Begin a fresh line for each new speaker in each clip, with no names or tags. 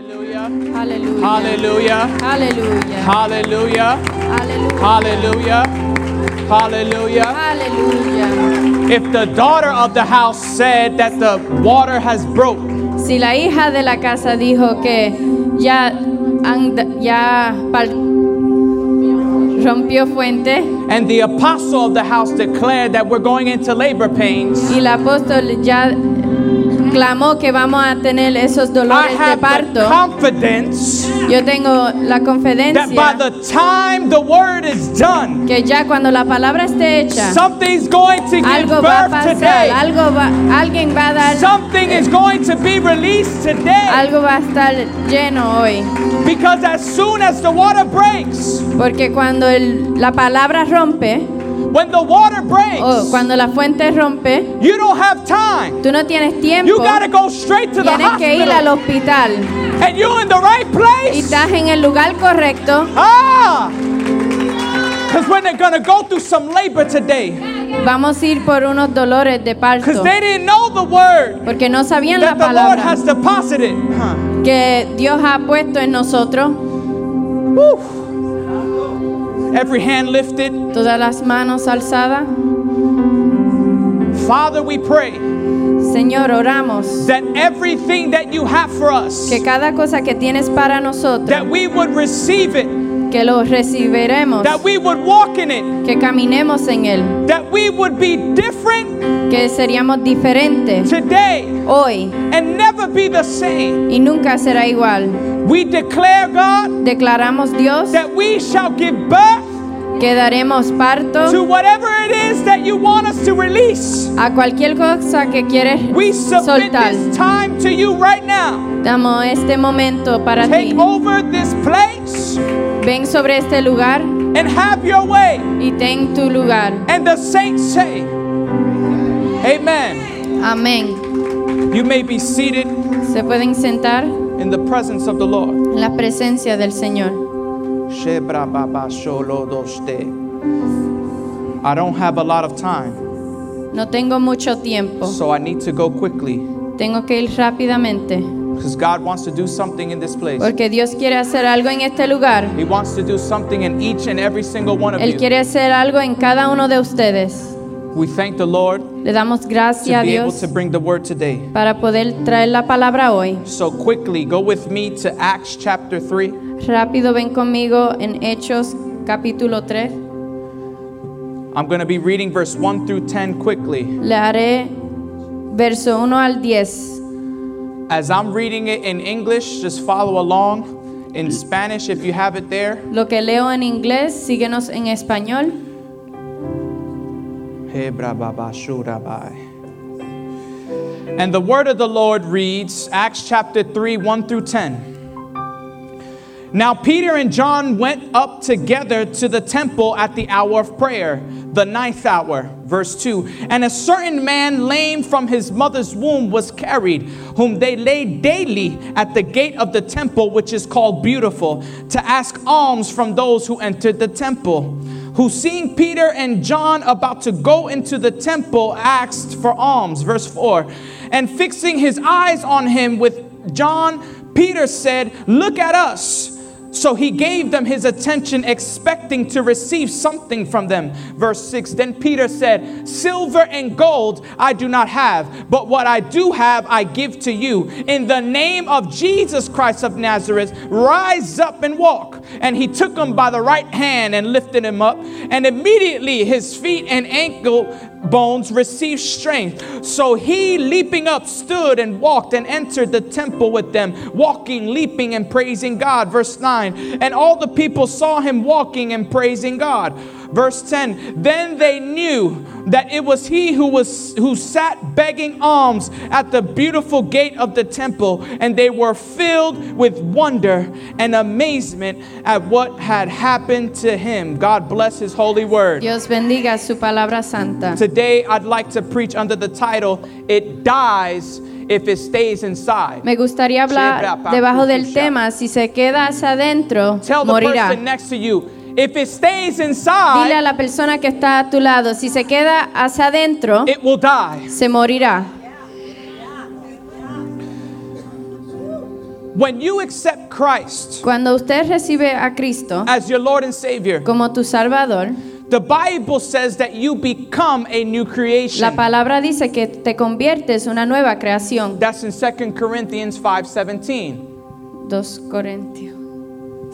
Hallelujah.
Aleluya.
Hallelujah.
Aleluya.
Hallelujah. Hallelujah.
Aleluya.
Hallelujah.
Aleluya.
If the daughter of the house said that the water has broke,
Si la hija de la casa dijo que ya and- ya pal- rompió fuente
and the apostle of the house declared that we're going into labor pains,
y el apóstol ya clamó que vamos a tener esos
I
dolores de
have the
parto,
confidence
yo tengo la
that by
confidencia
the time the word is done,
que ya cuando la palabra esté hecha,
something's going to give
algo va a
birth
pasar,
today.
algo va- alguien va a dar,
Something is going to be released today
algo va a estar lleno hoy.
because as soon as the water breaks,
Porque cuando el- la palabra rompe,
when the water breaks,
o Oh, cuando la fuente rompe,
You don't have time.
tú no tienes tiempo,
You gotta go straight to the
tienes que ir al
hospital.
hospital.
And you're in the right
Y
place.
estás en el lugar correcto.
Ah! Because when they're gonna go through some labor today,
Vamos a ir por unos dolores de
because
parto.
they didn't know the word
Porque no sabían la
that the Lord
palabra
has deposited. Huh.
que Dios ha puesto en nosotros.
Woo. Every hand lifted.
Todas las manos alzadas.
Father, we pray
Señor, oramos
that everything that you have for us,
que cada cosa que tienes para nosotros,
that we would receive it,
que lo recibiremos,
that we would walk in it,
que caminemos en Él,
that we would be different
que seríamos diferentes
today
hoy.
and never be the same.
y nunca será igual.
We declare, God,
Declaramos Dios
that we shall give birth
que daremos
to
parto
whatever it is that you want us to release.
a cualquier cosa que quieres
We submit
soltar.
this time to you right now.
Damos este momento para ti.
Take over this place
Ven sobre este lugar
and have your way.
y ten tu lugar.
And the saints say, Amen.
Amén.
You may be seated
Se pueden sentar en
in the presence of the Lord.
la presencia del Señor.
Shebra baba sholo doste. I don't have a lot of time,
No tengo mucho tiempo.
so I need to go quickly
Tengo que ir rápidamente
because God wants to do something in this place.
porque Dios quiere hacer algo en este lugar.
He wants to do something in each and every single one of
Él
you.
quiere hacer algo en cada uno de ustedes.
We thank the Lord
Le damos
to
gracias a
be able
Dios
to bring the word today.
para poder traer la palabra hoy.
So quickly, go with me to Acts chapter 3.
Rápido ven conmigo en Hechos capítulo 3.
I'm going to be reading verse 1 through 10 quickly.
Le haré verso 1 al 10.
As I'm reading it in English, just follow along. In Spanish, if you have it there.
Lo que leo en inglés, síguenos en español.
And the word of the Lord reads Acts chapter 3, 1 through 10. Now Peter and John went up together to the temple at the hour of prayer, the ninth hour, verse 2. And a certain man lame from his mother's womb was carried, whom they laid daily at the gate of the temple, which is called Beautiful, to ask alms from those who entered the temple who seeing Peter and John about to go into the temple asked for alms. Verse 4. And fixing his eyes on him with John, Peter said, Look at us. So he gave them his attention, expecting to receive something from them. Verse 6 Then Peter said, Silver and gold I do not have, but what I do have I give to you. In the name of Jesus Christ of Nazareth, rise up and walk. And he took him by the right hand and lifted him up, and immediately his feet and ankle bones received strength. So he, leaping up, stood and walked and entered the temple with them, walking, leaping, and praising God. Verse 9. And all the people saw him walking and praising God. Verse 10. Then they knew that it was he who was who sat begging alms at the beautiful gate of the temple, and they were filled with wonder and amazement at what had happened to him. God bless his holy word.
Dios bendiga su palabra santa.
Today, I'd like to preach under the title, It Dies If It Stays Inside.
Me gustaría hablar debajo del tema, si se queda hacia adentro,
Tell the
morirá.
person eh. next to you, if it stays
Dile a
inside,
la persona que está a tu lado, si se queda hacia adentro,
it will die.
se morirá.
When you accept Christ
Cuando usted recibe a Cristo
as your Lord and Savior,
como tu Salvador,
the Bible says that you become a new creation.
la palabra dice que te conviertes en una nueva creación.
That's in 2 Corinthians 5:17.
2 Corintios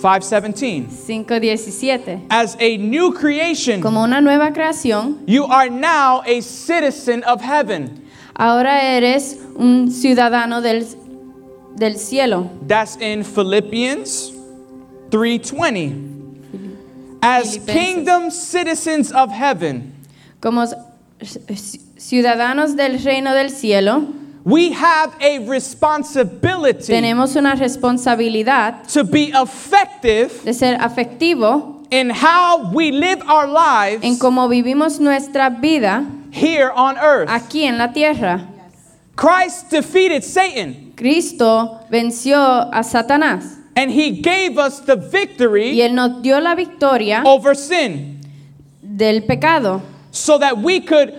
5:17.
5:17.
As a new creation,
Como una nueva creación,
you are now a citizen of heaven.
ahora eres un ciudadano del, del cielo.
That's in Philippians 3:20. As
Filipenses.
kingdom citizens of heaven,
Como s- ci- ciudadanos del reino del cielo,
we have a responsibility
tenemos una responsabilidad
to be effective
de ser afectivo
in how we live our
en
lives
cómo vivimos nuestra vida
here on earth.
aquí en la tierra.
Christ defeated Satan
Cristo venció a Satanás
and he gave us the
y
victory
él nos dio la victoria
over sin
del pecado
so that we could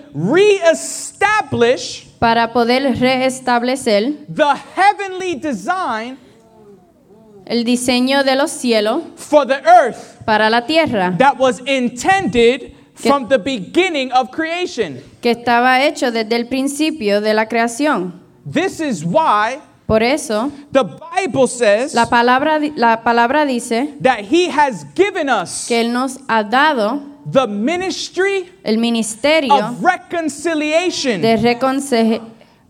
reestablish
para poder reestablecer
the heavenly design
el diseño de los cielos
for the earth
para la tierra,
that was intended from the beginning of creation.
que estaba hecho desde el principio de la creación.
This is why
Por eso,
the Bible says
la palabra, di- la palabra dice
that he has given us
que Él nos ha dado
the ministry
el ministerio
of reconciliation
de reconse-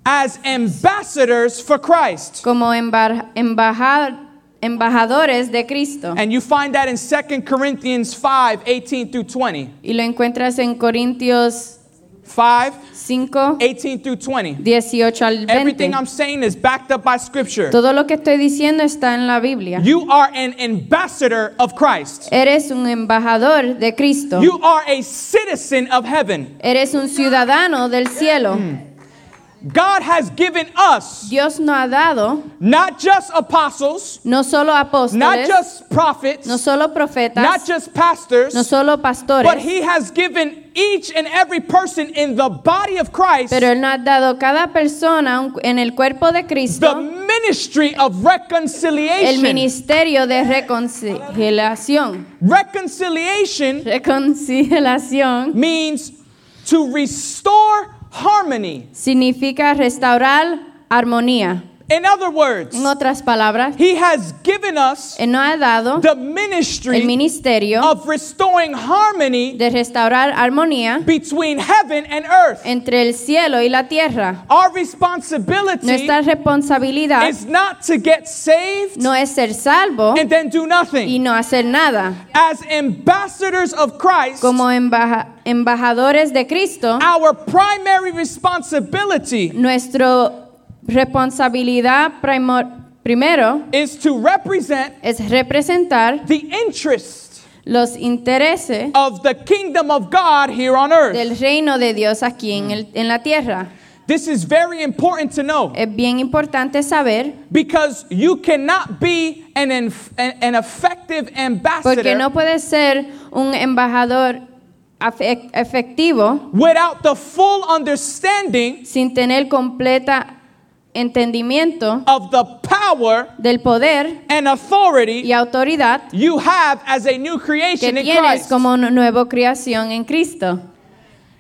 as ambassadors for Christ.
como embar- embaja- embajadores de Cristo.
And you find that in 2 Corinthians 5 18 through 20.
Y lo encuentras en Corintios
5
5,
18 through 20.
18 al 20.
Everything I'm saying is backed up by scripture.
Todo lo que estoy diciendo está en la Biblia.
You are an ambassador of Christ,
Eres un embajador de Cristo.
you are a citizen of heaven.
Eres un ciudadano del cielo.
Mm. God has given us
Dios nos ha dado
not just apostles,
no solo
not
apóstoles,
just prophets,
no solo
not
profetas,
just pastors.
no solo
But
pastores,
he has given each and every person in the body of Christ
pero Él nos ha dado cada persona un- en el cuerpo
the
de Cristo
ministry of
el
reconciliation.
ministerio de reconciliación.
Reconciliation
Reconciliación
means to restore harmony.
significa restaurar armonía.
In other words,
En otras palabras,
he has given us
Él nos ha dado
the
el
ministry
ministerio
of restoring harmony
de restaurar armonía
between heaven and earth.
entre el cielo y la tierra.
Our responsibility
Nuestra responsabilidad
is not to get saved
no es ser salvo
and then do
y
nothing.
no hacer nada.
As ambassadors of Christ,
Como embaja- embajadores de Cristo,
our primary responsibility
nuestra responsabilidad primo- primero
is to represent
es representar
the interest
los intereses
of the kingdom of God here on earth.
del reino de Dios aquí en, el- en la tierra.
This is very important to know
Es bien importante saber
because you cannot be an, inf- an, an effective
porque
ambassador
no puedes ser un embajador afe- efectivo
without the full understanding
sin tener completa entendimiento
of the power
del poder
and authority
y autoridad
you have as a new
que
creation in
tienes
Christ.
como una nueva creación en Cristo.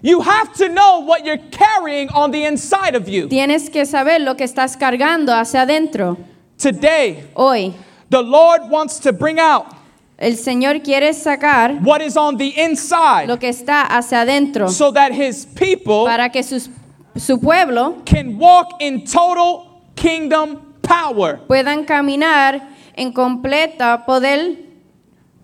You have to know what you're carrying on the inside of you.
Tienes que saber lo que estás cargando hacia adentro.
Today,
Hoy,
the Lord wants to bring out
el Señor quiere sacar
what is on the inside
lo que está hacia adentro
so that his people
para que sus- su pueblo
can walk in total kingdom power,
puedan caminar en completa poder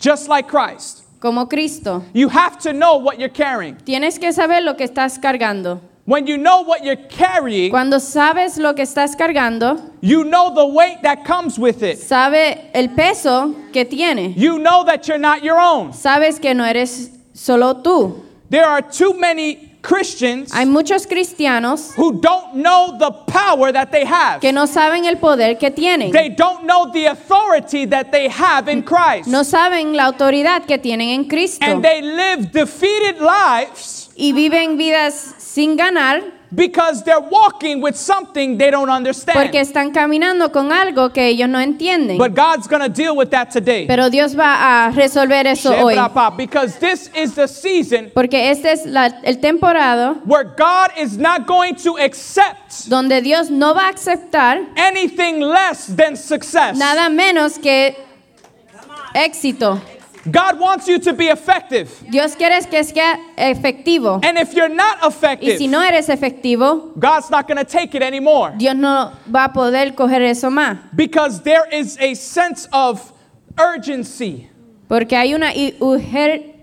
just like Christ.
como Cristo.
You have to know what you're carrying.
Tienes que saber lo que estás cargando.
When you know what you're carrying,
Cuando sabes lo que estás cargando,
you know the weight that comes with it.
sabe el peso que tiene.
You know that you're not your own.
Sabes que no eres solo tú.
There are too many Christians
Hay muchos cristianos
who don't know the power that they have.
que no saben el poder que tienen.
They don't know the authority that they have in Christ.
No saben la autoridad que tienen en Cristo.
And they live defeated lives
Y viven vidas sin ganar
because they're walking with something they don't
porque
understand.
están caminando con algo que ellos no entienden.
But God's going to deal with that today.
Pero Dios va a resolver eso hoy.
Shebrapa, Because this is the season
Porque este es la- el temporada
where God is not going to accept
donde Dios no va a aceptar
anything less than success.
nada menos que éxito.
God wants you to be effective.
Dios quiere que sea efectivo.
And if you're not
Y
effective,
si no eres efectivo,
God's not going to take it anymore
Dios no va a poder coger eso más.
because there is a sense of urgency
Porque hay una i- urger-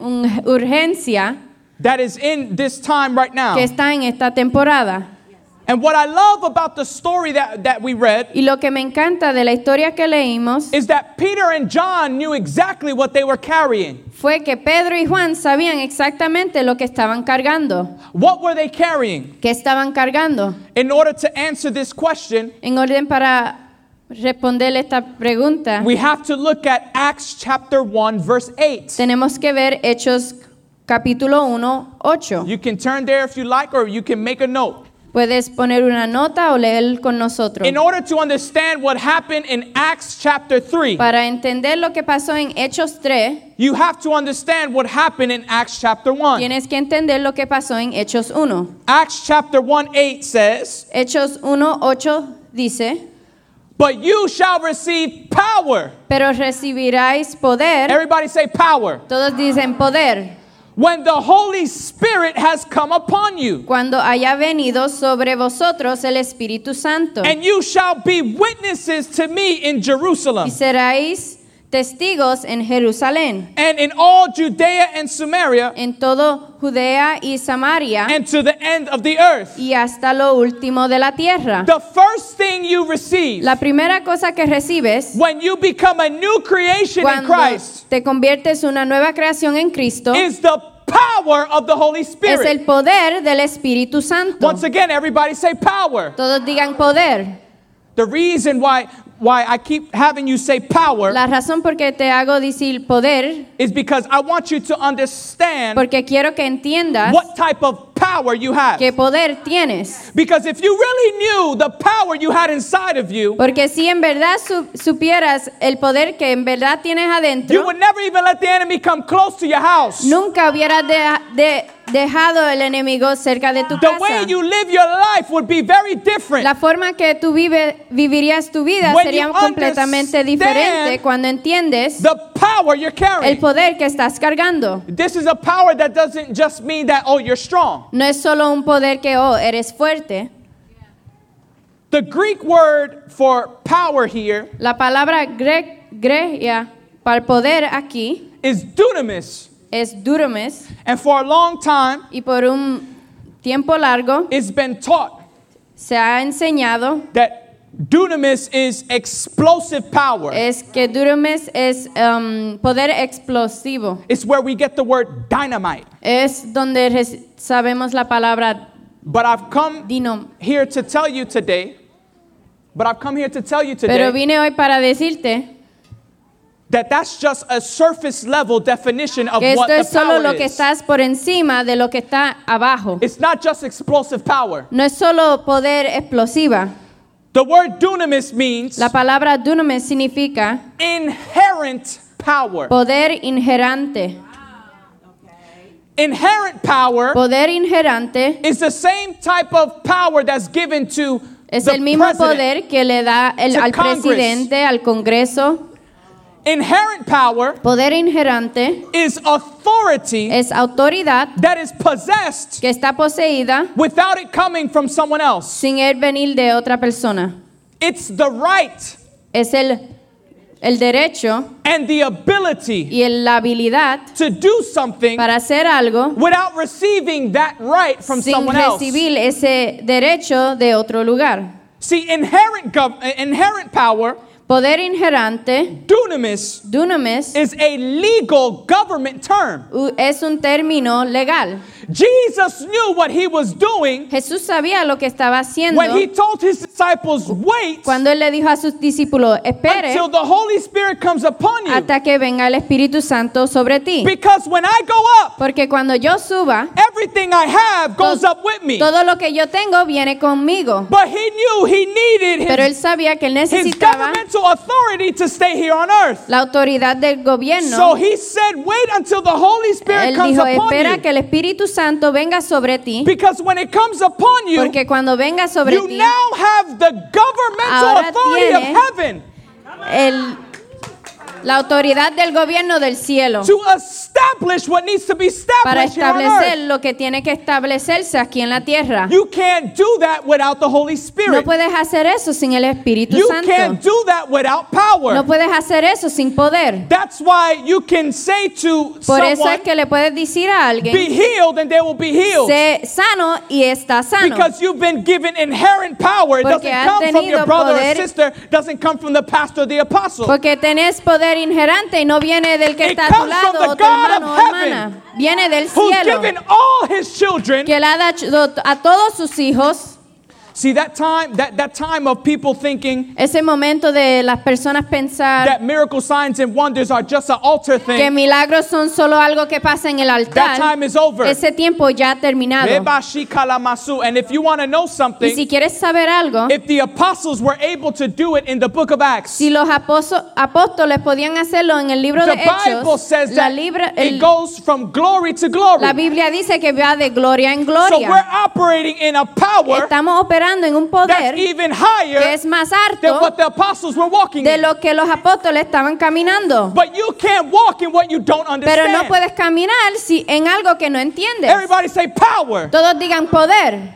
un- urgencia
that is in this time right
que
now.
está en esta temporada.
And what I love about the story that, that we read
Y lo que me encanta de la historia que leímos
is that Peter and John knew exactly what they were carrying.
fue que Pedro y Juan sabían exactamente lo que estaban cargando.
What were they carrying?
¿Qué estaban cargando?
In order to answer this question,
En orden para responderle esta pregunta,
we have to look at Acts chapter 1, verse 8.
tenemos que ver Hechos capítulo 1, 8.
You can turn there if you like, or you can make a note.
Puedes poner una nota o leer con nosotros.
In order to understand what happened in Acts chapter 3,
Para entender lo que pasó en Hechos 3,
you have to understand what happened in Acts chapter 1.
tienes que entender lo que pasó en Hechos 1.
Acts chapter 1, 8 says,
Hechos 1, 8 dice,
But you shall receive power.
pero recibiráis poder.
Everybody say power.
Todos dicen poder.
When the Holy Spirit has come upon you,
Cuando haya venido sobre vosotros el Espíritu Santo.
and you shall be witnesses to me in Jerusalem
Y seréis testigos en Jerusalén,
and in all Judea and Samaria
en todo Judea y Samaria,
and to the end of the earth.
y hasta lo último de la tierra.
The first thing you receive
La primera cosa que recibes
when you become a new creation in
cuando
Christ
te conviertes en una nueva creación en Cristo
is the power of the Holy
es
Spirit.
el poder del Espíritu Santo.
Once again, everybody say power.
Todos digan poder.
The reason why why I keep having you say power
La razón por que te hago decir poder,
is because I want you to understand
porque quiero que entiendas
what type of power you have.
qué poder tienes.
Because if you really knew the power you had inside of you,
Porque si en verdad su- supieras el poder que en verdad tienes
you
adentro,
would never even let the enemy come close to your house.
nunca hubieras de- de- dejado el enemigo cerca de tu
The way
casa.
you live your life would be very
La
different
forma que tú vive- vivirías tu vida
When
sería
you
completamente
understand
diferente cuando entiendes
the power you're
el
carrying.
poder que estás cargando.
This is a power that doesn't just mean that oh you're strong.
No es solo un poder que, oh, eres fuerte.
The Greek word for power here
La palabra gre- gregia para poder aquí
is dunamis,
es duromes
and for a long time
y por un tiempo largo
it's been taught
se ha enseñado
that dunamis is explosive power.
es que duromes es um, poder explosivo.
It's where we get the word dynamite.
Es donde res- sabemos la palabra
But I've come
dino.
here to tell you today, but I've come here to tell you today
Pero vine hoy para decirte
that that's just a surface level definition of
que
what
esto
the
es solo
power
lo que
is.
estás por encima de lo que está abajo.
It's not just explosive power.
No es solo poder explosiva.
The word dunamis means
La palabra dunamis significa
inherent power.
poder inherente.
Inherent power
Poder inherente
is the same type of power that's given to
Es
the
el mismo
president.
poder que le da el-
to
al
Congress.
presidente, al Congreso.
Inherent power
Poder inherente
is authority
es autoridad
that is possessed
que está poseída
without it coming from someone else.
sin el venir de otra persona.
It's the right
Es el, el derecho
and the ability
y el- la habilidad
to do something
para hacer algo
without receiving that right from
sin
someone else.
recibir ese derecho de otro lugar.
See, inherent gov- uh, inherent power,
Poder inherente,
dunamis,
dunamis,
is a legal government term.
u- es un término legal.
Jesus knew what he was doing
Jesús sabía lo que estaba haciendo
when he told his disciples, wait
cuando él le dijo a sus discípulos, espere
until the Holy Spirit comes upon you.
hasta que venga el Espíritu Santo sobre ti.
Because when I go up,
Porque cuando yo suba,
everything I have goes
to-
up with me.
todo lo que yo tengo viene conmigo.
But he knew he needed
Pero
his,
él sabía que él
his
necesitaba
governmental authority to stay here on earth.
la autoridad del
So
gobierno.
he said, wait until the Holy Spirit
Él
comes
dijo,
upon
espera que
you.
el Espíritu Santo venga sobre ti,
Because when it comes upon you,
porque cuando venga sobre
you
ti,
now have the governmental
Ahora
authority of
tienes-
heaven
el- la autoridad del gobierno del cielo
to establish what needs to be
para
established here on
establecer
earth.
lo que tiene que establecerse aquí en la tierra.
You can't do that without the Holy
No
Spirit.
puedes hacer eso sin el Espíritu
You can't
Santo.
do that without power.
No puedes hacer eso sin poder.
That's why you can say to
Por eso es
someone,
que le puedes decir a alguien,
be healed and they will be healed.
sé sano y está sano.
Because you've been given inherent power. It
Porque
doesn't
has
come from your
tenido
brother or
poder.
sister, doesn't come from the pastor or the apostle.
Porque tenés poder inherente y no viene del que
It
está a
comes
tu
from
lado
the
o tu
God
hermano o
of heaven,
hermana. Viene del
Who's
cielo.
given all his children.
Que le ha dado a todos sus hijos
See that time that, that time of people thinking
ese momento de las personas pensar
that miracle signs and wonders are just an altar
que
thing.
milagros son solo algo que pasa en el
That
altar.
time is over.
Ese tiempo ya ha terminado.
Lebashi-kalamasu. And if you want to know
Y
something,
si quieres saber algo,
if the apostles were able to do it in the book of Acts,
si los aposo- apóstoles podían hacerlo en el libro de
the Bible
Hechos,
says
la,
that
libra-
it
el-
goes from glory to
la
glory.
Biblia dice que va de gloria
So
en
we're
gloria.
operating in a power
Estamos operando en un poder
that's even
que
higher
es más
than
alto
what the apostles were walking
de
in.
lo que los apóstoles estaban caminando.
But you can't walk in what you don't
Pero no
understand.
puedes caminar si en algo que no entiendes.
Everybody say power.
Todos digan poder.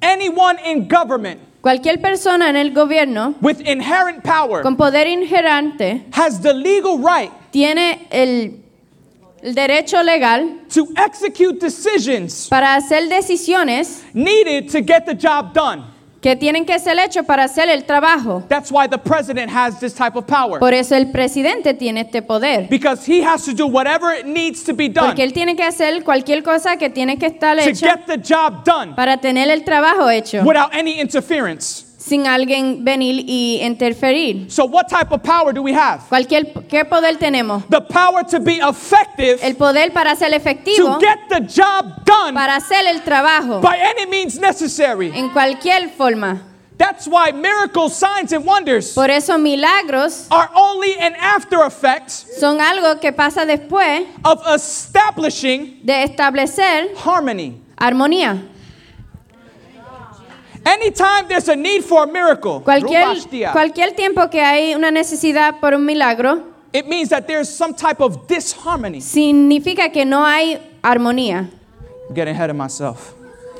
Anyone in government
Cualquier persona en el gobierno
with inherent power
con poder inherente
has the legal right
tiene el, el derecho legal
to execute decisions
para hacer decisiones
needed to get the job done.
que tienen que ser hechas para hacer el trabajo.
That's why the president has this type of power.
Por eso el presidente tiene este poder.
Because he has to do whatever it needs to be done
Porque
to
él tiene que hacer cualquier cosa que tiene que estar hecha
get the job done
para tener el trabajo hecho
without any interference.
sin alguien venir y interferir.
So, what type of power do we have?
Cualquier, ¿Qué poder tenemos?
The power to be effective
El poder para ser
to
efectivo,
get the job done
para hacer el trabajo,
by any means necessary.
en cualquier forma.
That's why miracles, signs, and wonders
Por eso milagros
are only an after effect
son algo que pasa después
of establishing
de establecer
harmony.
armonía.
Anytime there's a need for a miracle,
Cualquier,
rubashtia,
cualquier tiempo que hay una necesidad por un milagro,
it means that there's some type of disharmony.
significa que no hay armonía.
I'm getting ahead of myself.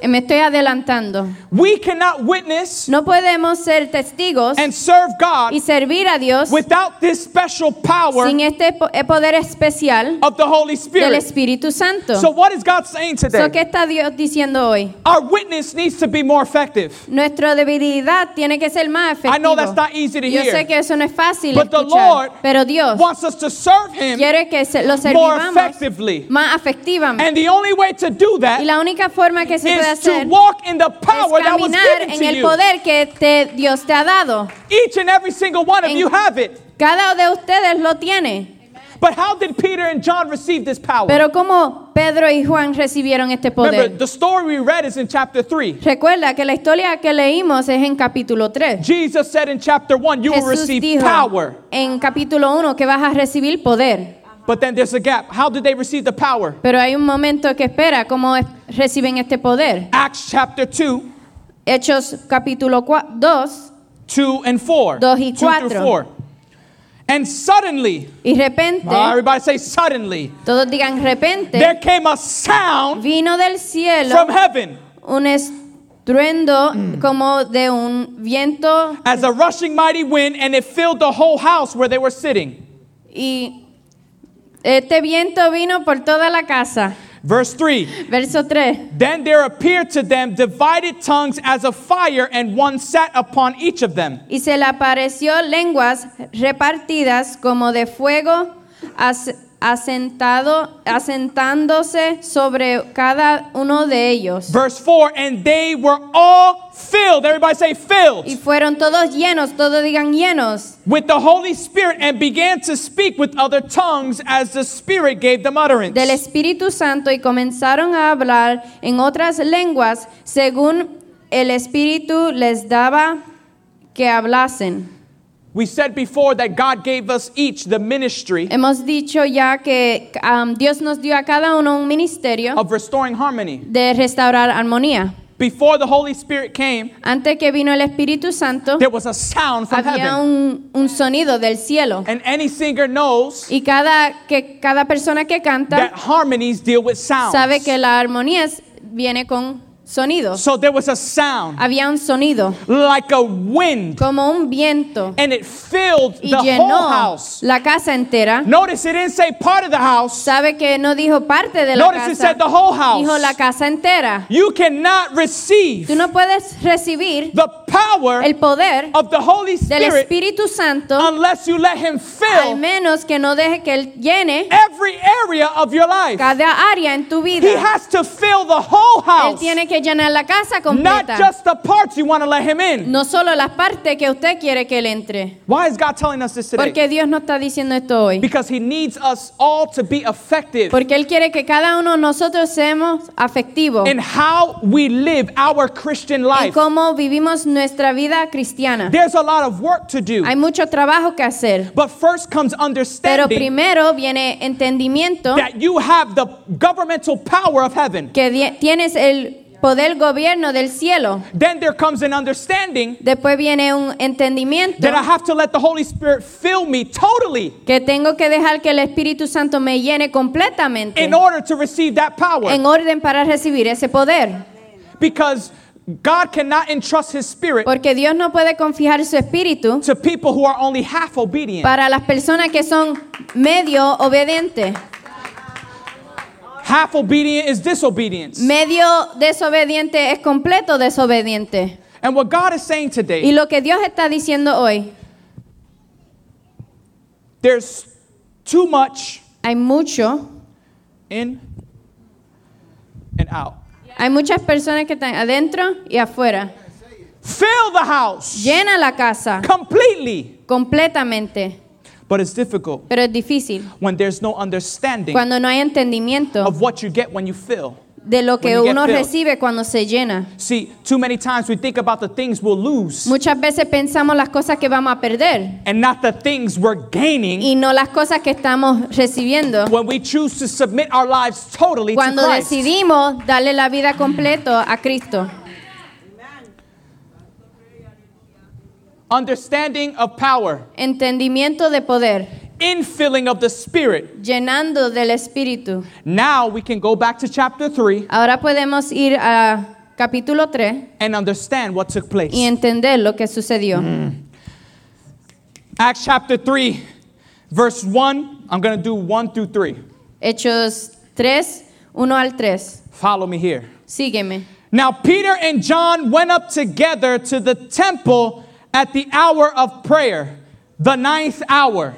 Me estoy adelantando.
We cannot witness
No podemos ser testigos
and serve God
y servir a Dios
without this special power
sin este po- eh, poder especial
of the Holy
del
Spirit.
Espíritu Santo.
So, what is God saying
So, ¿Qué
today?
está Dios diciendo hoy?
Our witness needs to be more effective.
Nuestra debilidad tiene que ser más
I know that's
efectiva.
not easy to
Yo sé
hear,
que eso no es fácil
but the
escuchar,
Lord
pero Dios
wants us to serve Him
quiere que se- lo
more
servivamos
effectively.
más afectivamente.
And the only way to do
Y
that
la única forma que se
is
puede
to
hacer
walk in the
es
power that was
caminar
given
en
to
el
you.
poder que te- Dios te ha dado.
Each and every single one of
En-
you have it.
Cada uno de ustedes lo tiene.
But how did Peter and John receive this power?
Pero ¿cómo Pedro y Juan recibieron este
Remember,
poder?
the story we read is in chapter 3.
Recuerda que la historia que leímos es en capítulo 3.
Jesus said in chapter 1, you will
Jesús
receive
dijo
power.
en capítulo 1 que vas a recibir poder.
But then there's a gap. How did they receive the power?
Pero hay un momento que espera cómo es- reciben este poder.
Acts chapter 2,
Hechos capítulo 2
2 and 4.
Dos y
2 through
cuatro.
4. And suddenly,
y repente,
uh, everybody say suddenly,
todos digan repente,
there came a sound
vino del cielo
from heaven
un estruendo como de un viento
as a rushing mighty wind, and it filled the whole house where they were sitting.
y este viento vino por toda la casa.
Verse 3
Verso 3.
Then there appeared to them divided tongues as of fire, and one sat upon each of them.
Y se le apareció lenguas repartidas como de fuego, as- asentado, asentándose sobre cada uno de ellos.
Verse 4 And they were all filled, everybody say filled,
Y fueron todos llenos, todos digan llenos,
with the Holy Spirit and began to speak with other tongues as the Spirit gave them utterance.
del Espíritu Santo y comenzaron a hablar en otras lenguas según el Espíritu les daba que hablasen.
We said before that God gave us each the ministry
Hemos dicho ya que um, Dios nos dio a cada uno un ministerio
of restoring harmony.
de restaurar armonía.
Before the Holy Spirit came,
Antes que vino el Espíritu Santo,
there was a sound from
había
heaven.
un, un sonido del cielo.
And any singer knows
Y cada, que, cada persona que
that
canta
harmonies deal with sounds.
sabe que la armonía es- viene con sonidos.
So there was a sound
Había un sonido,
like a wind,
como un viento,
and it filled
y
the whole
llenó
house.
la casa entera.
Notice it didn't say part of the house.
Sabe que no dijo parte de la
Notice it
casa,
said the whole house.
dijo la casa entera.
You cannot receive
Tú no puedes recibir
the power
el poder
of the Holy
del
Spirit
Espíritu Santo,
unless you let Him
al
fill
menos que no deje que Él llene
every area of your life.
cada área en tu
He
vida.
has to fill the whole
Él
house,
tiene que llenar la casa
not
completa, Mm.
just the parts you want to let Him in.
no solo las partes que usted quiere que Él entre.
Why is God telling us this today?
Porque Dios no está diciendo esto hoy.
Because He needs us all to be effective
Porque Él quiere que cada uno de nosotros seamos afectivos
in how we live our Christian
en
life.
cómo vivimos nuestra vida cristiana.
There's a lot of work to do,
Hay mucho trabajo que hacer,
but first comes
pero
understanding
primero viene entendimiento
that you have the governmental power of heaven.
que di- tienes el poder gobierno del cielo.
Then there comes an understanding
Después viene un entendimiento
that I have to let the Holy Spirit fill me totally
que tengo que dejar que el Espíritu Santo me llene completamente
in order to receive that power.
en orden para recibir ese poder.
Because God cannot entrust His Spirit
Porque Dios no puede confiar su espíritu
to people who are only half obedient.
para las personas que son medio obedientes.
Half obedient is disobedience.
Medio desobediente es completo desobediente.
And what God is saying
Y
today,
lo que Dios está diciendo hoy,
there's too much
hay mucho,
in and out.
hay muchas personas que están adentro y afuera.
Fill the house
Llena la casa
completely.
completamente,
But it's difficult
pero es difícil
when there's no understanding
cuando no hay entendimiento
of what you get when you fill.
de lo que
When you get
uno
filled.
recibe cuando se llena.
See, too many times we think about the things we'll lose
Muchas veces pensamos las cosas que vamos a perder
and not the things we're gaining
y no las cosas que estamos recibiendo.
when we choose to submit our lives totally to
Cuando
Christ.
decidimos darle la vida completo a Cristo.
Understanding of power,
Entendimiento de poder,
infilling of the Spirit.
llenando del Espíritu.
Now we can go back to chapter 3
Ahora podemos ir a capítulo 3
and understand what took place.
y entender lo que sucedió.
Acts chapter 3, verse 1. I'm going to do 1 through 3.
Hechos 3, 1 al 3.
Follow me here.
Sígueme.
Now Peter and John went up together to the temple at the hour of prayer, the ninth hour.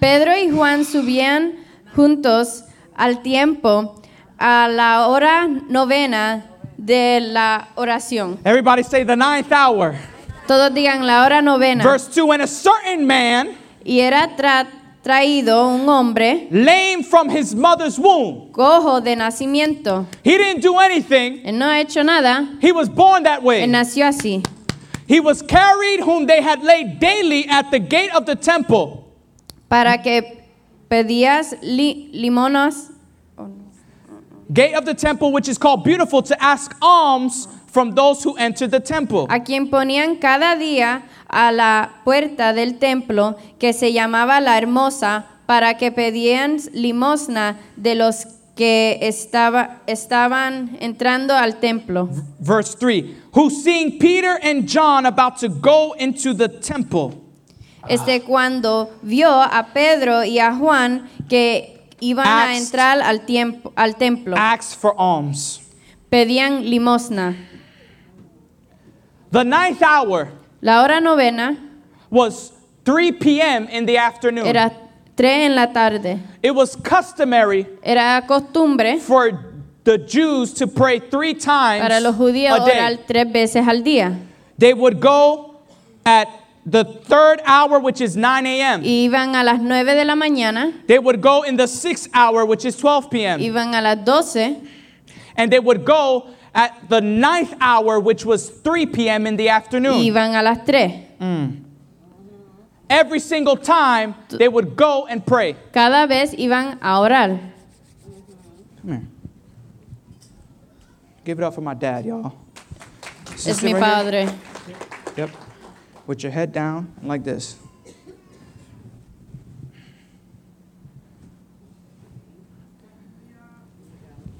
Pedro y Juan subían juntos al tiempo a la hora novena de la oración.
Everybody say the ninth hour.
Todos digan la hora novena.
Verse 2 And a certain man,
Y era tra- traído un hombre
lame from his mother's womb,
cojo de nacimiento.
he didn't do anything,
Él no ha hecho nada.
he was born that
Él
way.
nació así.
He was carried, whom they had laid daily at the gate of the temple.
Para que pedías li- limonas
Gate of the temple, which is called beautiful, to ask alms from those who entered the temple.
a quien ponían cada día a la puerta del templo que se llamaba la hermosa para que pedían limosna de los que estaba- estaban entrando al templo.
Verse 3 Who seeing Peter and John about to go into the temple,
Este cuando vio a Pedro y a Juan que iban a
Acts-
entrar al, tiempo, al templo,
asked for alms.
pedían limosna.
The ninth hour
La hora novena
was 3 p.m. in the afternoon.
era tres en la tarde.
It was customary
Era costumbre
for the Jews to pray three times
para los judíos
a day.
orar tres veces al día.
They would go at the third hour, which is 9 a.m.
Iban a las 9 de la mañana,
They would go in the sixth hour, which is 12 p.m.
iban a las 12
And they would go at the ninth hour, which was 3 p.m. in the
y
afternoon.
iban a las 3.
Every single time, they would go and pray.
Cada vez iban a orar.
Give it up for my dad, y'all.
Es
Sister
mi
right here.
padre.
Yep. With your head down like this.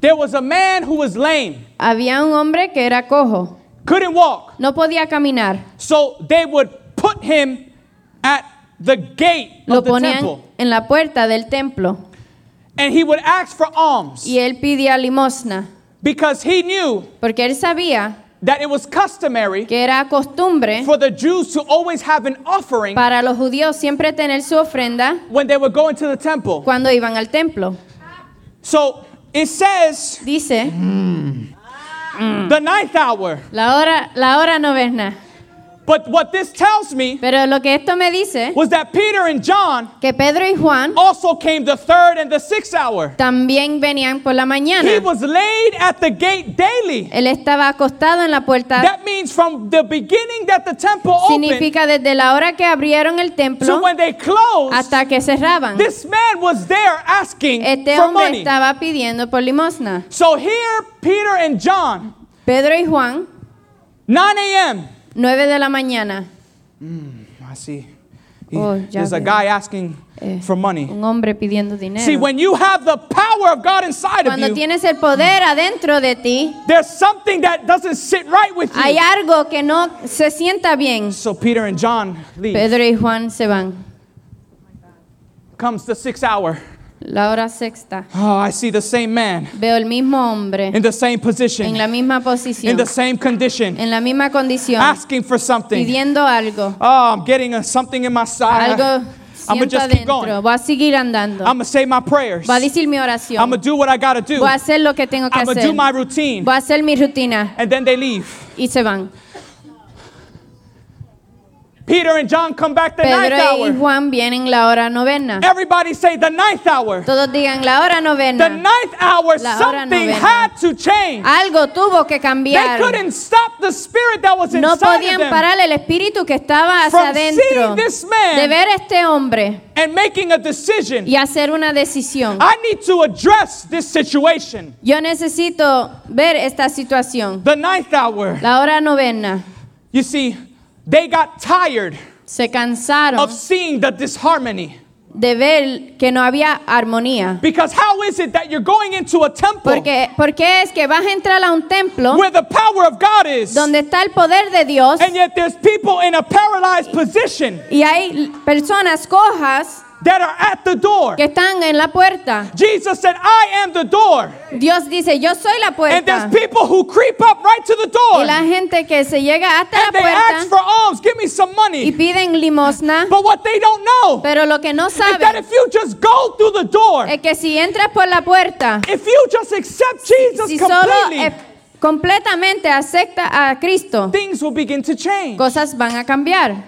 There was a man who was lame,
Había un hombre que era cojo,
couldn't walk.
no podía caminar.
So they would put him at the gate
Lo
of the
ponían
temple.
en la puerta del templo
And he would ask for alms
y él pidía limosna,
because he knew
porque él sabía
that it was customary
que era costumbre
for the Jews to always have an offering
para los judíos siempre tener su ofrenda
when they were going to the temple.
cuando iban al templo.
So it says
Dice,
the ninth hour.
la hora, la hora novena.
But what this tells me
Pero lo que esto me dice,
was that Peter and John
que Pedro y Juan
also came the third and the sixth hour.
también venían por la mañana.
He was laid at the gate daily.
Él estaba acostado en la puerta.
That means from the beginning that the temple opened
Significa desde la hora que abrieron el
to
templo
when they closed,
hasta que cerraban.
this man was there asking
Este
for
hombre
money.
estaba pidiendo por limosna.
So here, Peter and John,
Pedro y Juan,
9 a.m.
9 de la mañana.
I see. He-
Oh, ya
there's a
veo.
guy asking
Eh,
for money.
Un hombre pidiendo dinero.
See, when you have the power of God inside of
Cuando
you,
tienes el poder adentro de ti,
there's something that doesn't sit right with you.
hay algo que no se sienta bien.
So Peter and John leave.
Pedro y Juan se van.
Comes the sixth hour.
La hora sexta.
Oh, I see the same man
Veo el mismo hombre
in the same
en
position,
la misma
in
posición,
the same condition,
en la misma condición,
asking for something.
pidiendo algo.
Oh, I'm getting a, something in my side.
Algo
I'm gonna
siento
just keep
adentro.
going.
Voy a seguir andando.
I'm gonna say my prayers.
Voy a decir mi
I'm
oración.
gonna do what I gotta do.
Voy a hacer lo que tengo que
I'm gonna do
hacer.
my
Voy
routine,
a hacer mi rutina.
and then they leave.
Y se van.
Peter and John come back the ninth
Pedro y
hour.
Juan vienen la hora novena.
Everybody say the ninth hour.
Todos digan la
The
hora novena.
ninth hour,
La hora
something
novena.
had to change.
Algo tuvo que
They
cambiar.
couldn't stop the spirit that was
No
inside of
podían
them.
parar el espíritu que estaba
From
hacia
seeing
adentro
this man
de ver a este hombre
and making a decision.
y hacer una decisión.
I need to address this situation.
Yo necesito ver esta situación.
The ninth hour.
La hora novena.
You see, they got tired
Se cansaron
of seeing the disharmony.
de ver que no había armonía.
Because how is it that you're going into a temple
Porque, porque es que vas a entrar a un templo
where the power of God is,
donde está el poder de Dios
and yet there's people in a paralyzed position
y hay personas cojas
that are at the door?
que están en la puerta.
Jesus said, I am the door.
Dios dice, yo soy la
And
puerta.
there's people who creep up right to the
Y la
door
gente que se llega hasta la
and they ask for
puerta
alms, give me some
y
money.
piden limosna,
But what they don't know
pero lo que no
is that
saben
if you just go through the door,
es que si entras por la puerta,
If you just accept Jesus
si solo
completely,
eh, completamente acepta a Cristo,
things will begin to change.
cosas van a cambiar.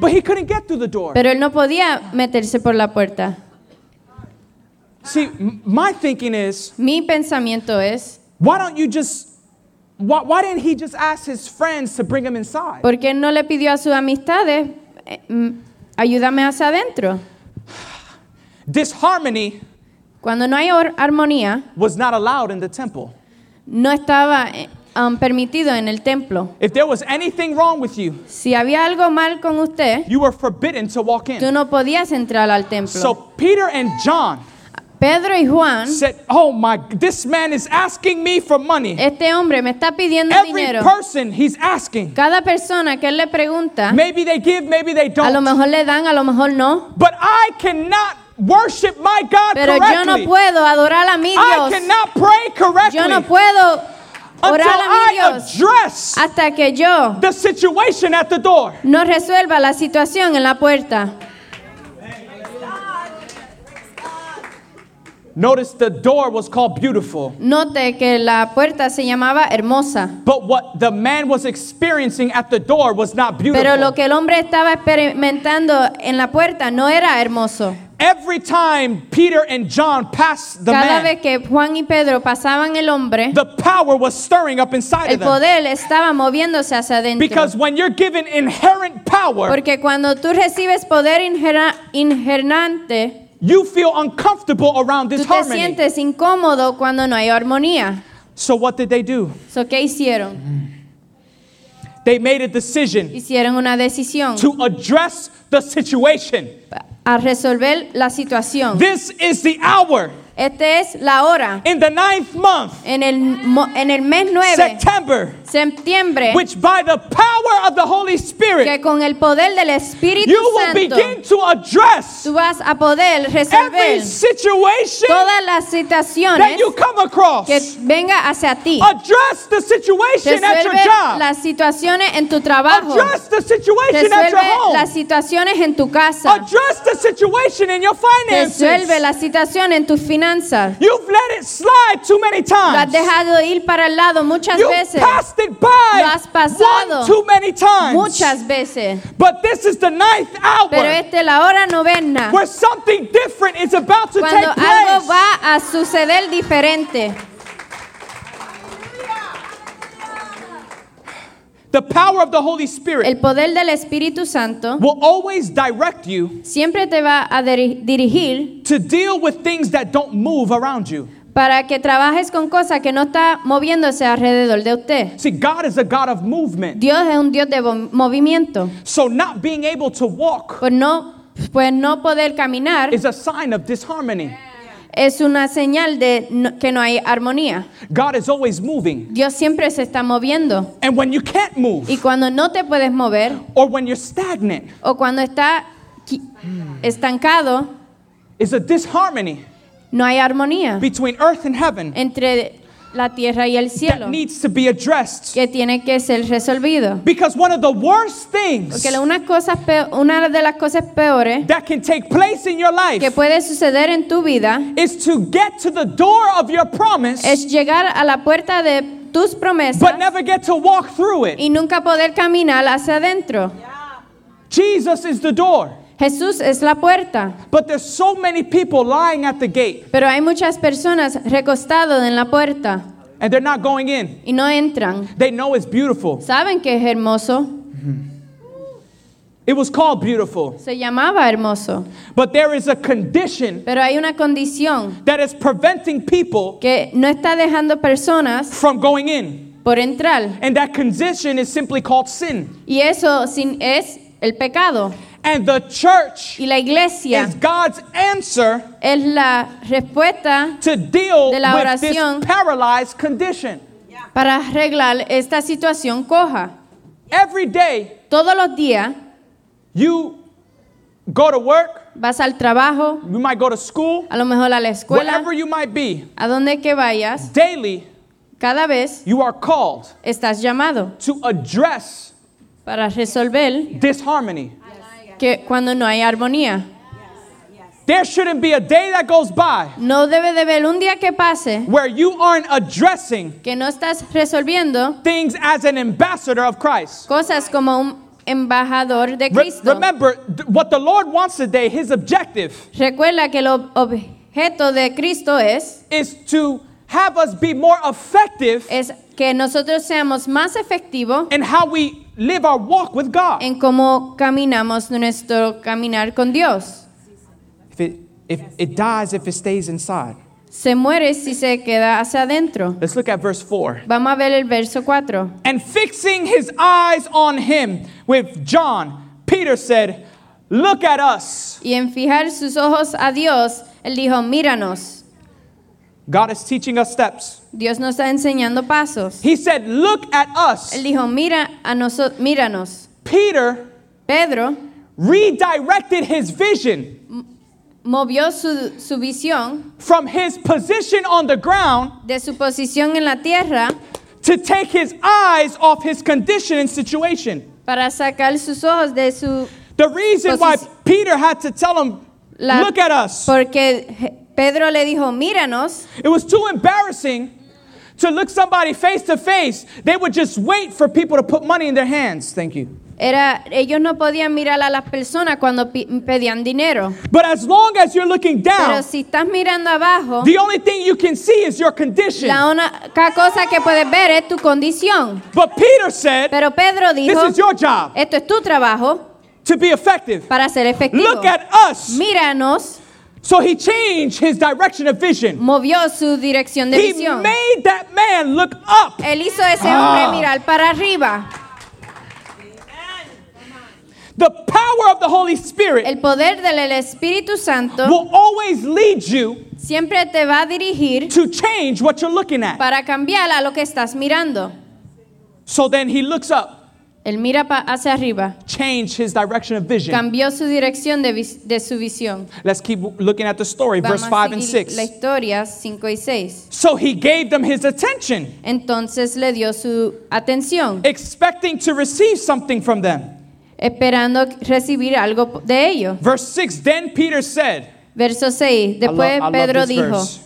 But he couldn't get through the door.
Pero él no podía meterse por la puerta.
See, m- my thinking is,
Mi pensamiento es,
why don't you just, why, why didn't he just ask his friends to bring him inside?
¿por qué no le pidió a sus amistades, eh, mm, ayúdame hacia adentro?
Disharmony
Cuando no hay or- armonía,
was not allowed in the temple.
no estaba eh, um, permitido en el templo.
If there was anything wrong with you,
Si había algo mal con usted,
you were forbidden to walk
tú
in.
no podías entrar al templo.
So Peter and John
Pedro y Juan,
said, Oh my, this man is asking me for money.
este hombre me está pidiendo
Every
dinero.
person he's asking.
Cada persona que él le pregunta,
Maybe they give, maybe they
Ah. a lo
don't.
mejor le dan, a lo mejor no.
But I cannot worship my God
Pero yo no
correctly.
puedo adorar a mi
I
Dios.
cannot pray correctly
Yo no puedo
until
orar a mi
I
Dios Ah.
address
hasta que yo
the situation at the door.
no resuelva la situación en la puerta.
Notice the door was called beautiful.
Note que la puerta se llamaba hermosa,
But what the man was experiencing at the door was not
pero
beautiful.
lo que el hombre estaba experimentando en la puerta no era hermoso.
Every time Peter and John passed the man,
Cada vez que Juan y Pedro pasaban el hombre,
the power was stirring up inside
el
of them.
poder estaba moviéndose hacia adentro.
Because when you're given inherent power,
Porque cuando tú recibes poder ingera- ingerente,
you feel uncomfortable around
tú
this
te
harmony.
sientes incómodo cuando no hay armonía.
So what did they do?
So, ¿Qué hicieron?
They made a decision
Hicieron una decisión
to address the situation.
pa- a resolver la situación.
This is the hour
Esta es la hora.
in the ninth month,
En el, mo- en el mes 9,
September,
septiembre,
which by the power of the Holy Spirit,
que con el poder del Espíritu
you will
Santo,
begin to address
tú vas a poder
every
resolver
situation
todas las
that
situaciones
you come across.
que venga hacia ti.
Address the situation at your
Resuelve
job.
las situaciones en tu trabajo.
Address the situation at your
Resuelve las
home.
situaciones en tu casa.
Address the situation in your finances.
Resuelve la situación en tus finanzas.
You've let it slide too many
Lo has
times.
dejado ir para el lado muchas
You've
veces.
passed it by
Lo has pasado
one too many times.
Muchas veces.
But this is the ninth hour
Pero esta es la hora novena.
where something different is about to
Cuando
take
algo
place.
va a suceder diferente.
The power of the Holy Spirit
El poder del Espíritu Santo
will always direct you
siempre te va a diri- dirigir
to deal with things that don't move around you.
para que trabajes con cosas que no está moviéndose alrededor de usted.
See, God is a God of movement.
Dios es un Dios de vo- movimiento.
So not being able to walk
Por no, pues no poder caminar
is a sign of disharmony.
es una señal de no- que no hay armonía.
God is always moving.
Dios siempre se está moviendo.
And when you can't move
Y cuando no te puedes mover
or when you're stagnant,
o cuando está qui- estancado,
is a disharmony
no hay armonía
between earth and heaven
entre la tierra y el cielo
that needs to be addressed.
que tiene que ser resolvido.
Because one of the worst things
Porque la- una, cosa pe- una de las cosas peores
that can take place in your life
que puede suceder en tu vida
is to get to the door of your promise
es llegar a la puerta de tus
but
promesas
never get to walk through it.
y nunca poder caminar hacia adentro.
Jesus is the door.
Jesús es la puerta.
But there's so many people lying at the gate
Pero hay muchas personas recostadas en la puerta
and they're not going in.
y no entran.
They know it's beautiful.
Saben que es hermoso.
It was called beautiful.
Se llamaba hermoso.
But there is a condition
Pero hay una condición
that is preventing people
que no está dejando personas
from going in.
por entrar.
And that condition is simply called sin.
Y eso sin- es el pecado.
And the church
Y la iglesia
is God's answer
es la respuesta
to deal
De la
with this
oración.
paralyzed condition.
para arreglar esta situación coja.
Every day
Todos los días
you go to work,
vas al trabajo,
you might go to school,
a lo mejor a la escuela,
wherever you might be.
a donde que vayas,
Daily,
cada vez
you are called
estás llamado
to address
para resolver
disharmony.
que cuando no hay armonía.
There shouldn't be a day that goes by
No debe de haber un día que pase
where you aren't addressing
que no estás resolviendo
things as an ambassador of Christ.
cosas como un embajador
Re-
de Cristo.
remember th- what the Lord wants today, his objective
Recuerda que el ob- objeto de Cristo es,
is to have us be more effective
es que nosotros seamos más efectivos
in how we live our walk with God.
en cómo caminamos nuestro caminar con Dios.
If it, if it dies, if it stays inside.
Se muere si se queda hacia adentro.
Let's look at verse 4.
Vamos a ver el verso 4.
And fixing his eyes on him with John, Peter said, Look at us.
Y en fijar sus ojos a Dios, él dijo, míranos.
God is teaching us steps.
Dios nos está enseñando pasos.
He said, Look at us.
Él dijo, mira a nosotros, míranos.
Peter
Pedro
redirected his vision
movió su, su visión
from his position on the ground
de su posición en la tierra
to take his eyes off his condition and situation.
para sacar sus ojos de su...
The reason why
Posi-
Peter had to tell him,
La-
Look at us,
Porque Je- Pedro le dijo, míranos.
It was too embarrassing to look somebody face to face. They would just wait for people to put money in their hands. Thank you.
Era, ellos no podían mirar a las personas cuando pi- pedían dinero.
But as long as you're looking
Pero
down,
si estás mirando abajo,
the only thing you can see is your condition.
la única cosa que puedes ver es tu condición.
But Peter said,
Pero Pedro dijo,
This is your job
esto es tu trabajo
to be effective.
para ser efectivo.
Look at us.
Míranos,
So he changed his direction of vision.
movió su dirección de
He
visión.
made that man look up.
Él hizo a ese
Ah.
hombre mirar para arriba.
The power of the Holy Spirit
El poder del el Espíritu Santo
will always lead you
siempre te va a dirigir
to change what you're looking at.
para cambiar a lo que estás mirando.
So then he looks up,
Él mira pa- hacia arriba.
changed his direction of vision.
Cambió su dirección de, vis- de su visión.
Let's keep looking at the story, verse
Vamos
5
a
and
seguir
6.
la historia 5 y 6.
So he gave them his attention,
Entonces le dio su atención,
expecting to receive something from them.
esperando recibir algo po- de ello.
Verse 6 Then Peter said,
Verso 6.
I lo- I
Después
love
Pedro
this
dijo,
verse.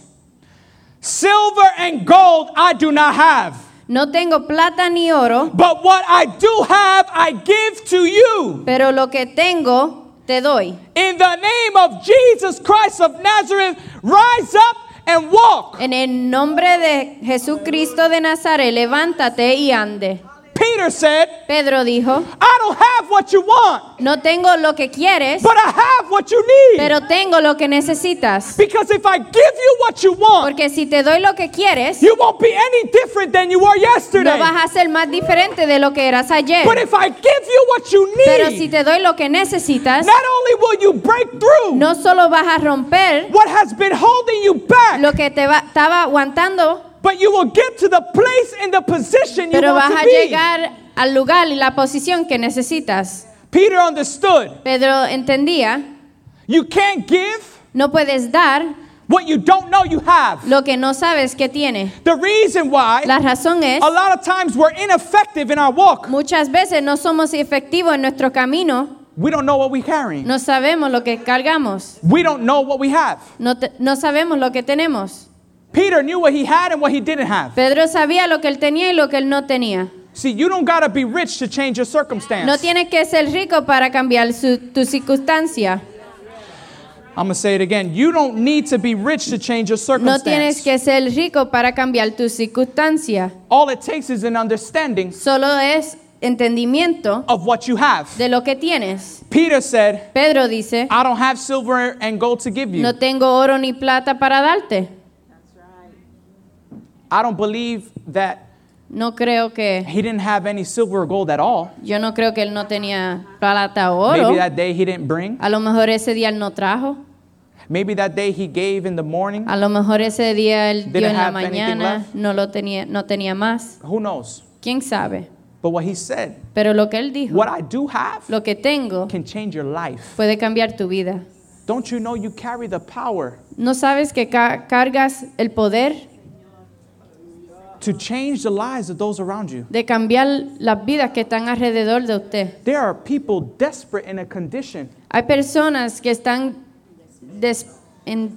Silver and gold I do not have,
no tengo plata ni oro,
but what I do have I give to you.
pero lo que tengo te doy.
In the name of Jesus Christ of Nazareth, rise up and walk.
En el nombre de Jesucristo de Nazaret, levántate y ande.
Peter said,
Pedro dijo,
I don't have what you want,
no tengo lo que quieres,
but I have what you need.
pero tengo lo que necesitas.
Because if I give you what you want,
Porque si te doy lo que quieres,
you won't be any different than you were
no
yesterday.
vas a ser más diferente de lo que eras ayer.
But if I give you what you
Pero si
need,
te doy lo que necesitas,
not only will you break through
no solo vas a romper
what has been holding you back,
lo que te va- estaba aguantando,
but you will get to the place and the position you
pero vas
want
a
to be.
llegar al lugar y la posición que necesitas.
Peter understood
Pedro entendía,
you can't give
no puedes dar
what you don't know you have.
lo que no sabes que tienes.
The reason why
La razón es,
a lot of times we're ineffective in our walk,
muchas veces no somos efectivos en nuestro camino,
we don't know what we're carrying,
no sabemos lo que cargamos,
we don't know what we have.
no, te- no sabemos lo que tenemos.
Peter knew what he had and what he didn't have.
Pedro sabía lo que él tenía y lo que él no tenía.
See, you don't gotta be rich to change your circumstance.
No tienes que ser rico para cambiar su- tu circunstancia.
I'm gonna say it again. You don't need to be rich to change your
No
circumstance.
tienes que ser rico para cambiar tu circunstancia.
All it takes is an understanding
Solo es entendimiento
of what you have.
de lo que tienes.
Peter said,
Pedro dice,
I don't have silver and gold to give you.
no tengo oro ni plata para darte.
I don't believe that
No creo que,
he didn't have any silver or gold at all.
yo no creo que él no tenía plata o
Maybe
oro.
that day he didn't bring.
A lo mejor ese día él no trajo.
Maybe that day he gave in the morning.
A lo mejor ese día él dio
Didn't
en la
have anything
mañana,
left.
no lo tenía, no tenía más.
Who knows?
¿Quién sabe?
But what he said,
Pero lo que él dijo,
what I do have
lo que tengo
can change your life.
puede cambiar tu vida.
Don't you know you carry the power
¿No sabes que ca- cargas el poder
to change the lives of those around you?
de cambiar las vidas que están alrededor de usted?
There are people desperate in a condition
Hay personas que están des- en-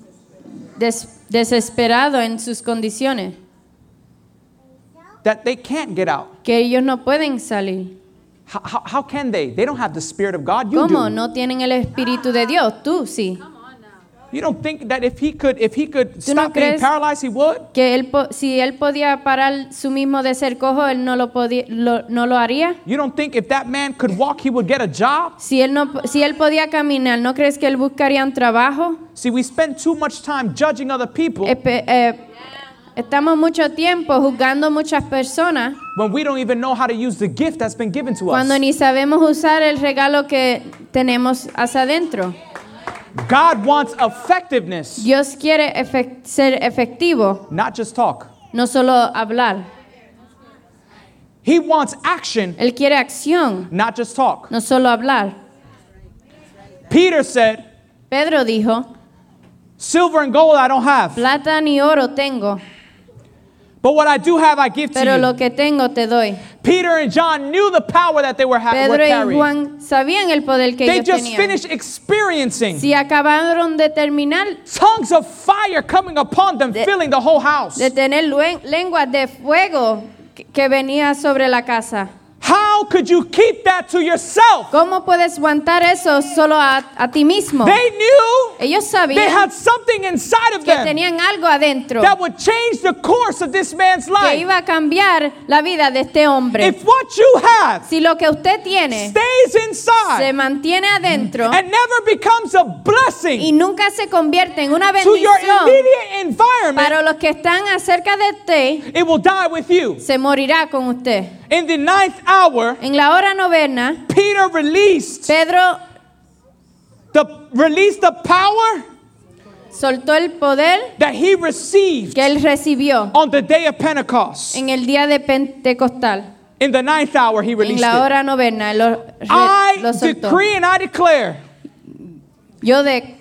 des- desesperados en sus condiciones,
that they can't get out.
que ellos no pueden salir.
How, how, how can they? They don't have the Spirit of God. You do.
¿Cómo? No tienen el Espíritu de Dios, tú sí.
You don't think that if he could, if he could
¿Tú no
stop being
crees?
paralyzed, he would?
Que él po- si él podía parar su mismo de ser cojo, él no lo, podía, lo- no lo haría.
You don't think if that man could walk, he would get a job?
Si él, no, po- si él podía caminar, ¿no crees que él buscaría un trabajo?
See, we spend too much time judging other people
Espe- eh, estamos mucho tiempo juzgando muchas personas
when we don't even know how to use the gift that's been given to
cuando
us.
ni sabemos usar el regalo que tenemos hacia adentro.
God wants effectiveness,
Dios quiere efec- ser efectivo,
not just talk.
no solo hablar.
He wants action,
Él quiere acción,
not just talk.
no solo hablar.
Peter said,
Pedro dijo,
Silver and gold I don't have,
plata ni oro tengo,
But what I do have, I give to
pero
you.
lo que tengo te doy.
Peter and John knew the power that they were, ha- were
Pedro y
carrying.
Juan sabían el poder que
Ah, they
ellos
just
tenían.
finished experiencing
Si acabaron de terminar
tongues of fire coming upon them, filling the whole house.
de tener lue- lenguas de fuego que- que venía sobre la casa.
How could you keep that to yourself?
¿Cómo puedes aguantar eso solo a, a ti mismo?
They knew
Ellos
they
sabían
had something inside of
que
them
tenían algo adentro
that would change the course of this man's
que
life.
iba a cambiar la vida de este hombre.
If what you have
Si lo que usted
Eh.
tiene
stays
se
inside
mantiene adentro
and never becomes a
y
blessing
nunca se convierte en una
to your
bendición
immediate environment,
para los que están acerca de usted,
it will die with you.
se morirá con usted.
In the ninth hour,
En la hora novena,
Peter released
Pedro
the released the power
soltó el poder
that he received
que él recibió
on the day of Pentecost.
en el día de Pentecostal.
In the ninth hour, he
En
released
la
it.
hora novena él lo, re-
I
lo soltó.
decree and I declare
Yo de-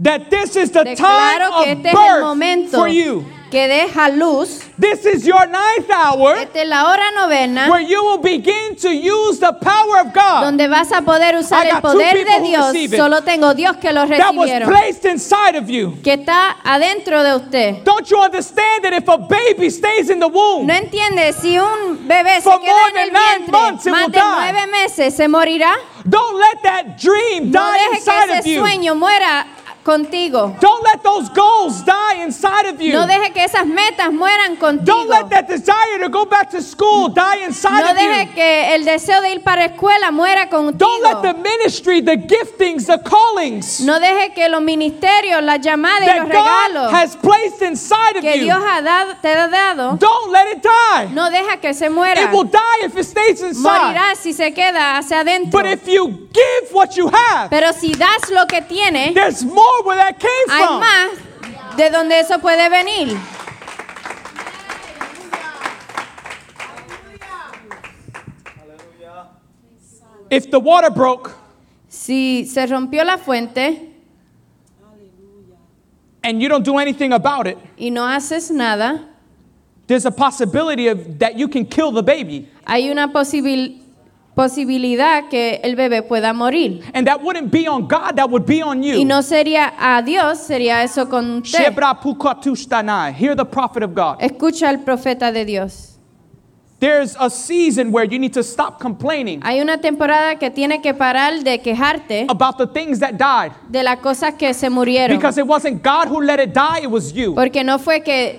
that this is the
declaro que
time of
este es el
birth
momento
for you.
que deja luz.
This is your ninth hour
Esta es la hora
where
novena
you will begin to use the power of God
donde vas a poder usar
I
el
got two
poder
people
de
who
Dios.
receive it.
Solo tengo Dios que lo
that was
recibieron,
placed inside of you.
que está adentro de usted.
Don't you understand that if a baby stays in the womb,
No entiende si un bebé se
For
queda
more
en
than
el
nine
vientre
months, it
más
will
de
die.
nueve meses se morirá.
don't let that dream
No
die
deje
inside
que
of
ese
you.
sueño muera contigo.
Don't let those goals die inside of you.
No deje que esas metas mueran contigo.
Don't let that desire to go back to school die inside
No
of
deje
you.
que el deseo de ir para la escuela muera
Don't let
contigo.
the ministry, the giftings, the callings
No deje que los ministerios, las llamadas y los
that God
regalos
has placed inside of
que Dios
you,
ha dado, te ha dado,
don't let it die.
no deja que se muera.
It will die if it stays inside.
Morirá si se queda hacia adentro.
But if you give what you have,
Pero si das lo que tienes,
there's more where that came
hay
from.
más de donde eso puede venir.
If the water broke
Si se rompió la fuente
and you don't do anything about it,
y no haces nada,
there's a possibility of that you can kill the baby.
hay una posibil- posibilidad que el bebé pueda morir.
And that wouldn't be on God, that would be on
Y
you.
no sería a Dios, sería eso con usted.
Shebra pukatushtanai. Hear the prophet of God.
Escucha al profeta de Dios.
There's a season where you need to stop complaining
Hay una temporada que tiene que parar de quejarte
about the things that died.
de las cosas que se murieron.
Because it wasn't God who let it die, it was you.
Porque no fue que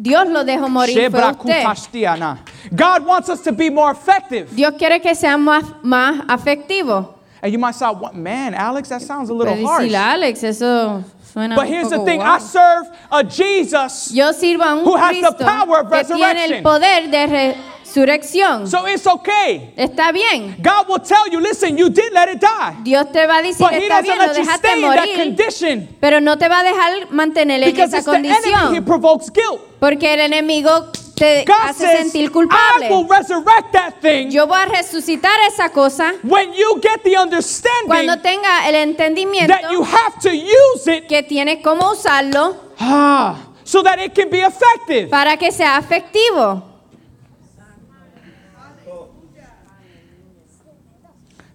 Dios lo dejó morir, fue
Shebra
usted.
kutashtiana. God wants us to be more effective.
Dios quiere que seamos más, más afectivos.
And you might say, "What- man, Alex, that sounds a little
Puedes decir,
harsh.
Alex, eso suena
But
un
here's
poco
the thing I
guau.
serve a Jesus,
Yo sirvo a un
who has the
Cristo
power of
que tiene el
resurrection.
poder de resurrección.
so it's okay.
Está bien.
God will tell you, listen, you did let it die.
Dios te va a decir,
But He
está
doesn't
bien, lo
let you
dejaste
stay in that
morir,
condition
pero no te va a dejar mantener en
because
esa
it's the enemy who
condición,
provokes guilt.
porque el enemigo te
God
hace
says,
sentir
I will
culpable.
resurrect that thing
Yo voy a resucitar esa cosa
when you get the understanding
cuando tenga el entendimiento
that you have to use it
que tiene cómo usarlo
ah, so that it can be effective.
para que sea afectivo.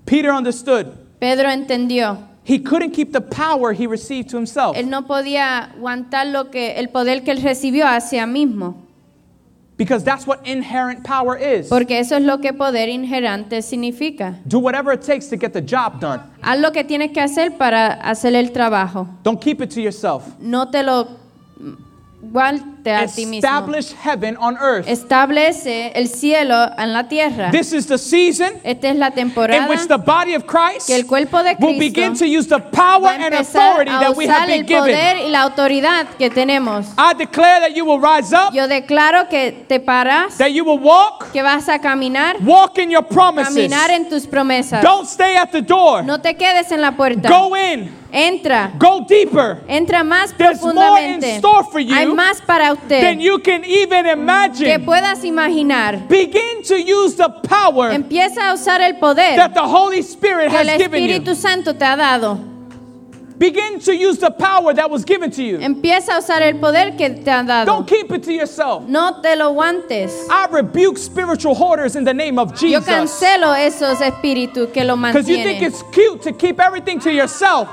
Peter understood.
Pedro entendió.
He couldn't keep the power he received to himself.
Él no podía aguantar lo que el poder que él recibió hacia mismo,
Because that's what inherent power is.
porque eso es lo que poder inherente significa.
Do whatever it takes to get the job done.
Haz lo que tienes que hacer para hacer el trabajo.
Don't keep it to yourself.
No te lo guarde a ti mismo.
Establish heaven on earth.
Establece el cielo en la tierra.
This is the season
Esta es la
in
temporada
which the body of Christ
que el cuerpo de
will begin
Cristo
to use the power
va a
and
empezar
authority
a
that we have
usar
been
el
given.
poder y la autoridad que tenemos.
I declare that you will rise up,
Yo declaro que te paras,
that you will walk,
que vas a caminar,
walk in your promises.
caminar en tus promesas.
Don't stay at the door.
No te quedes en la puerta.
Go in,
Entra.
go deeper
Entra más
There's more in
profundamente.
store for you
Hay más para
than
usted
you can even
que
imagine.
puedas imaginar.
Begin to use the power
Empieza a usar el poder
that the Holy Spirit
que el
has given you.
Espíritu Santo te ha dado.
Begin to use the power that was given to you.
Empieza a usar el poder que te han dado.
Don't keep it to yourself.
No te lo aguantes.
I rebuke spiritual hoarders in the name of
Yo
Jesus.
cancelo esos espíritus que lo
Because you think
mantienen.
it's cute to keep everything to yourself,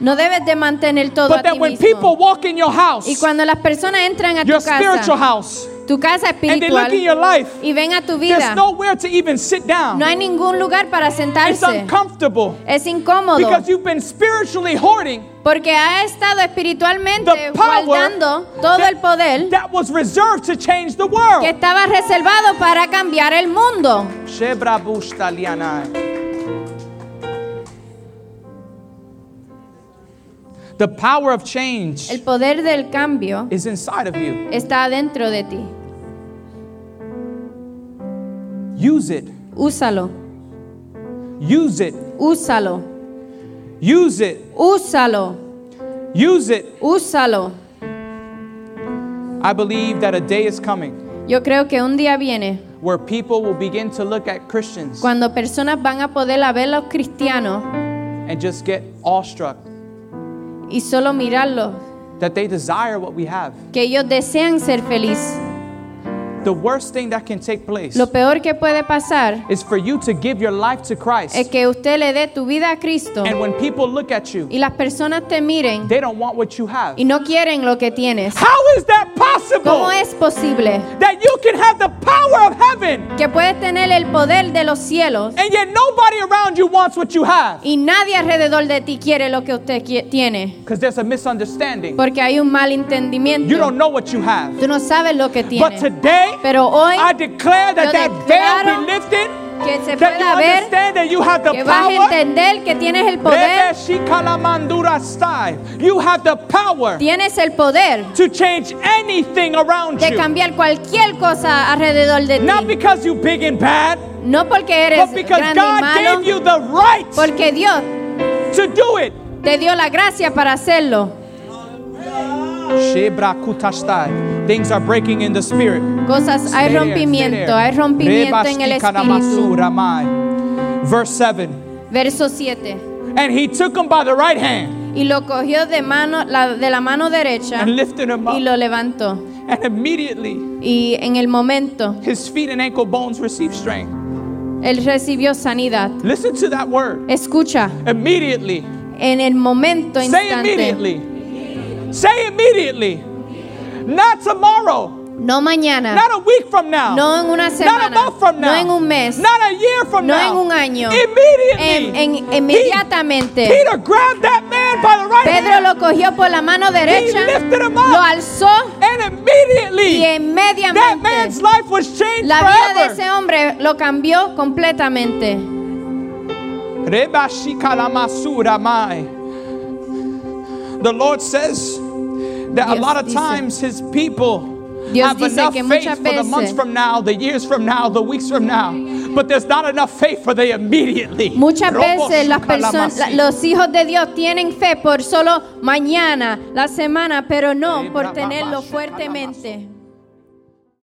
No debes de mantener todo a
but that
ti
when
mismo.
people walk in your
Y
house,
cuando las personas entran a tu
your spiritual
casa,
house,
tu casa
and they look
espiritual,
in your life,
y ven a tu vida,
there's nowhere to even sit down.
no hay ningún lugar para
It's
sentarse.
uncomfortable
Es incómodo
because you've been spiritually hoarding
porque ha estado espiritualmente
the power
guardando todo
that-
el poder
that was reserved to change the
que
world.
estaba reservado para cambiar el mundo.
The power of change
El poder del cambio
is inside of you.
está dentro de ti.
Use it.
Úsalo,
Use it.
úsalo,
Use it.
úsalo,
Use it.
úsalo.
I believe that a day is coming
Yo creo que un día viene
where people will begin to look at Christians
cuando personas van a poder a ver a los cristianos
and just get awestruck
y solo mirarlos,
that they desire what we have.
que ellos desean ser feliz.
The worst thing that can take place
Lo peor que puede pasar
is for you to give your life to
es
Christ.
que usted le dé tu vida a Cristo
And when people look at you,
y las personas te miren
they don't want what you have.
y no quieren lo que tienes.
How is that
¿Cómo
possible?
es posible
That you can have the power of heaven
que puedes tener el poder de los cielos
and yet nobody around you wants what you have?
y nadie alrededor de ti quiere lo que usted qui- tiene?
Because there's a misunderstanding.
Porque hay un malentendimiento.
You don't know what you have.
Tú no sabes lo que
But
tienes.
today,
Pero hoy
I declare
yo
that that veil
declaro
be lifted.
que se
That you
pueda ver,
understand that you have the
que vas a
power.
entender que tienes el poder,
Rebeshikalamandurastai. You have the power
tienes el poder
to change anything around
de
you.
cambiar cualquier cosa alrededor de
Not
ti.
because you big and bad,
No porque eres
but because
grande y
God
malo,
gave you the right
porque Dios
to do it.
te dio la gracia para hacerlo.
Shebrakutastai. Things are breaking in the spirit.
Cosas,
Stay
hay
there, stay
rompimiento,
there.
hay rompimiento en el espíritu.
Rebashtikanamasuramai. Verse 7.
Verso 7.
And he took him by the right hand
Y lo cogió de mano la- de la mano derecha
and lifted him
y
up.
lo levantó.
And immediately
Y en el momento
His feet and ankle bones receive strength.
él recibió sanidad.
Listen to that word.
Escucha,
Immediately.
en el momento
Say
instante,
immediately. Say immediately. Not tomorrow.
no mañana,
Not a week from now.
Ah. no en una
Not a
semana,
month from
no
now.
en un mes,
Not a year from
no en
now.
un año. En-
Immediately.
en- inmediatamente.
Peter grabbed that man by the right
Pedro
hand
lo cogió por la mano derecha,
lifted him up.
lo alzó
and immediately
y
that man's
inmediatamente
life was changed
la vida de
forever.
ese hombre lo cambió completamente.
Rebashikalamasuramai. The Lord says that a
Dios
lot of
dice-
times His people
Dios
have
dice
enough
que
faith
muchas
for the months
veces-
from now, the years from now, the weeks from now, but there's not enough faith for the immediately.
Muchas veces las personas,
Roboshikalamasi.
los hijos de Dios tienen fe por solo mañana, la semana, pero no por tenerlo fuertemente.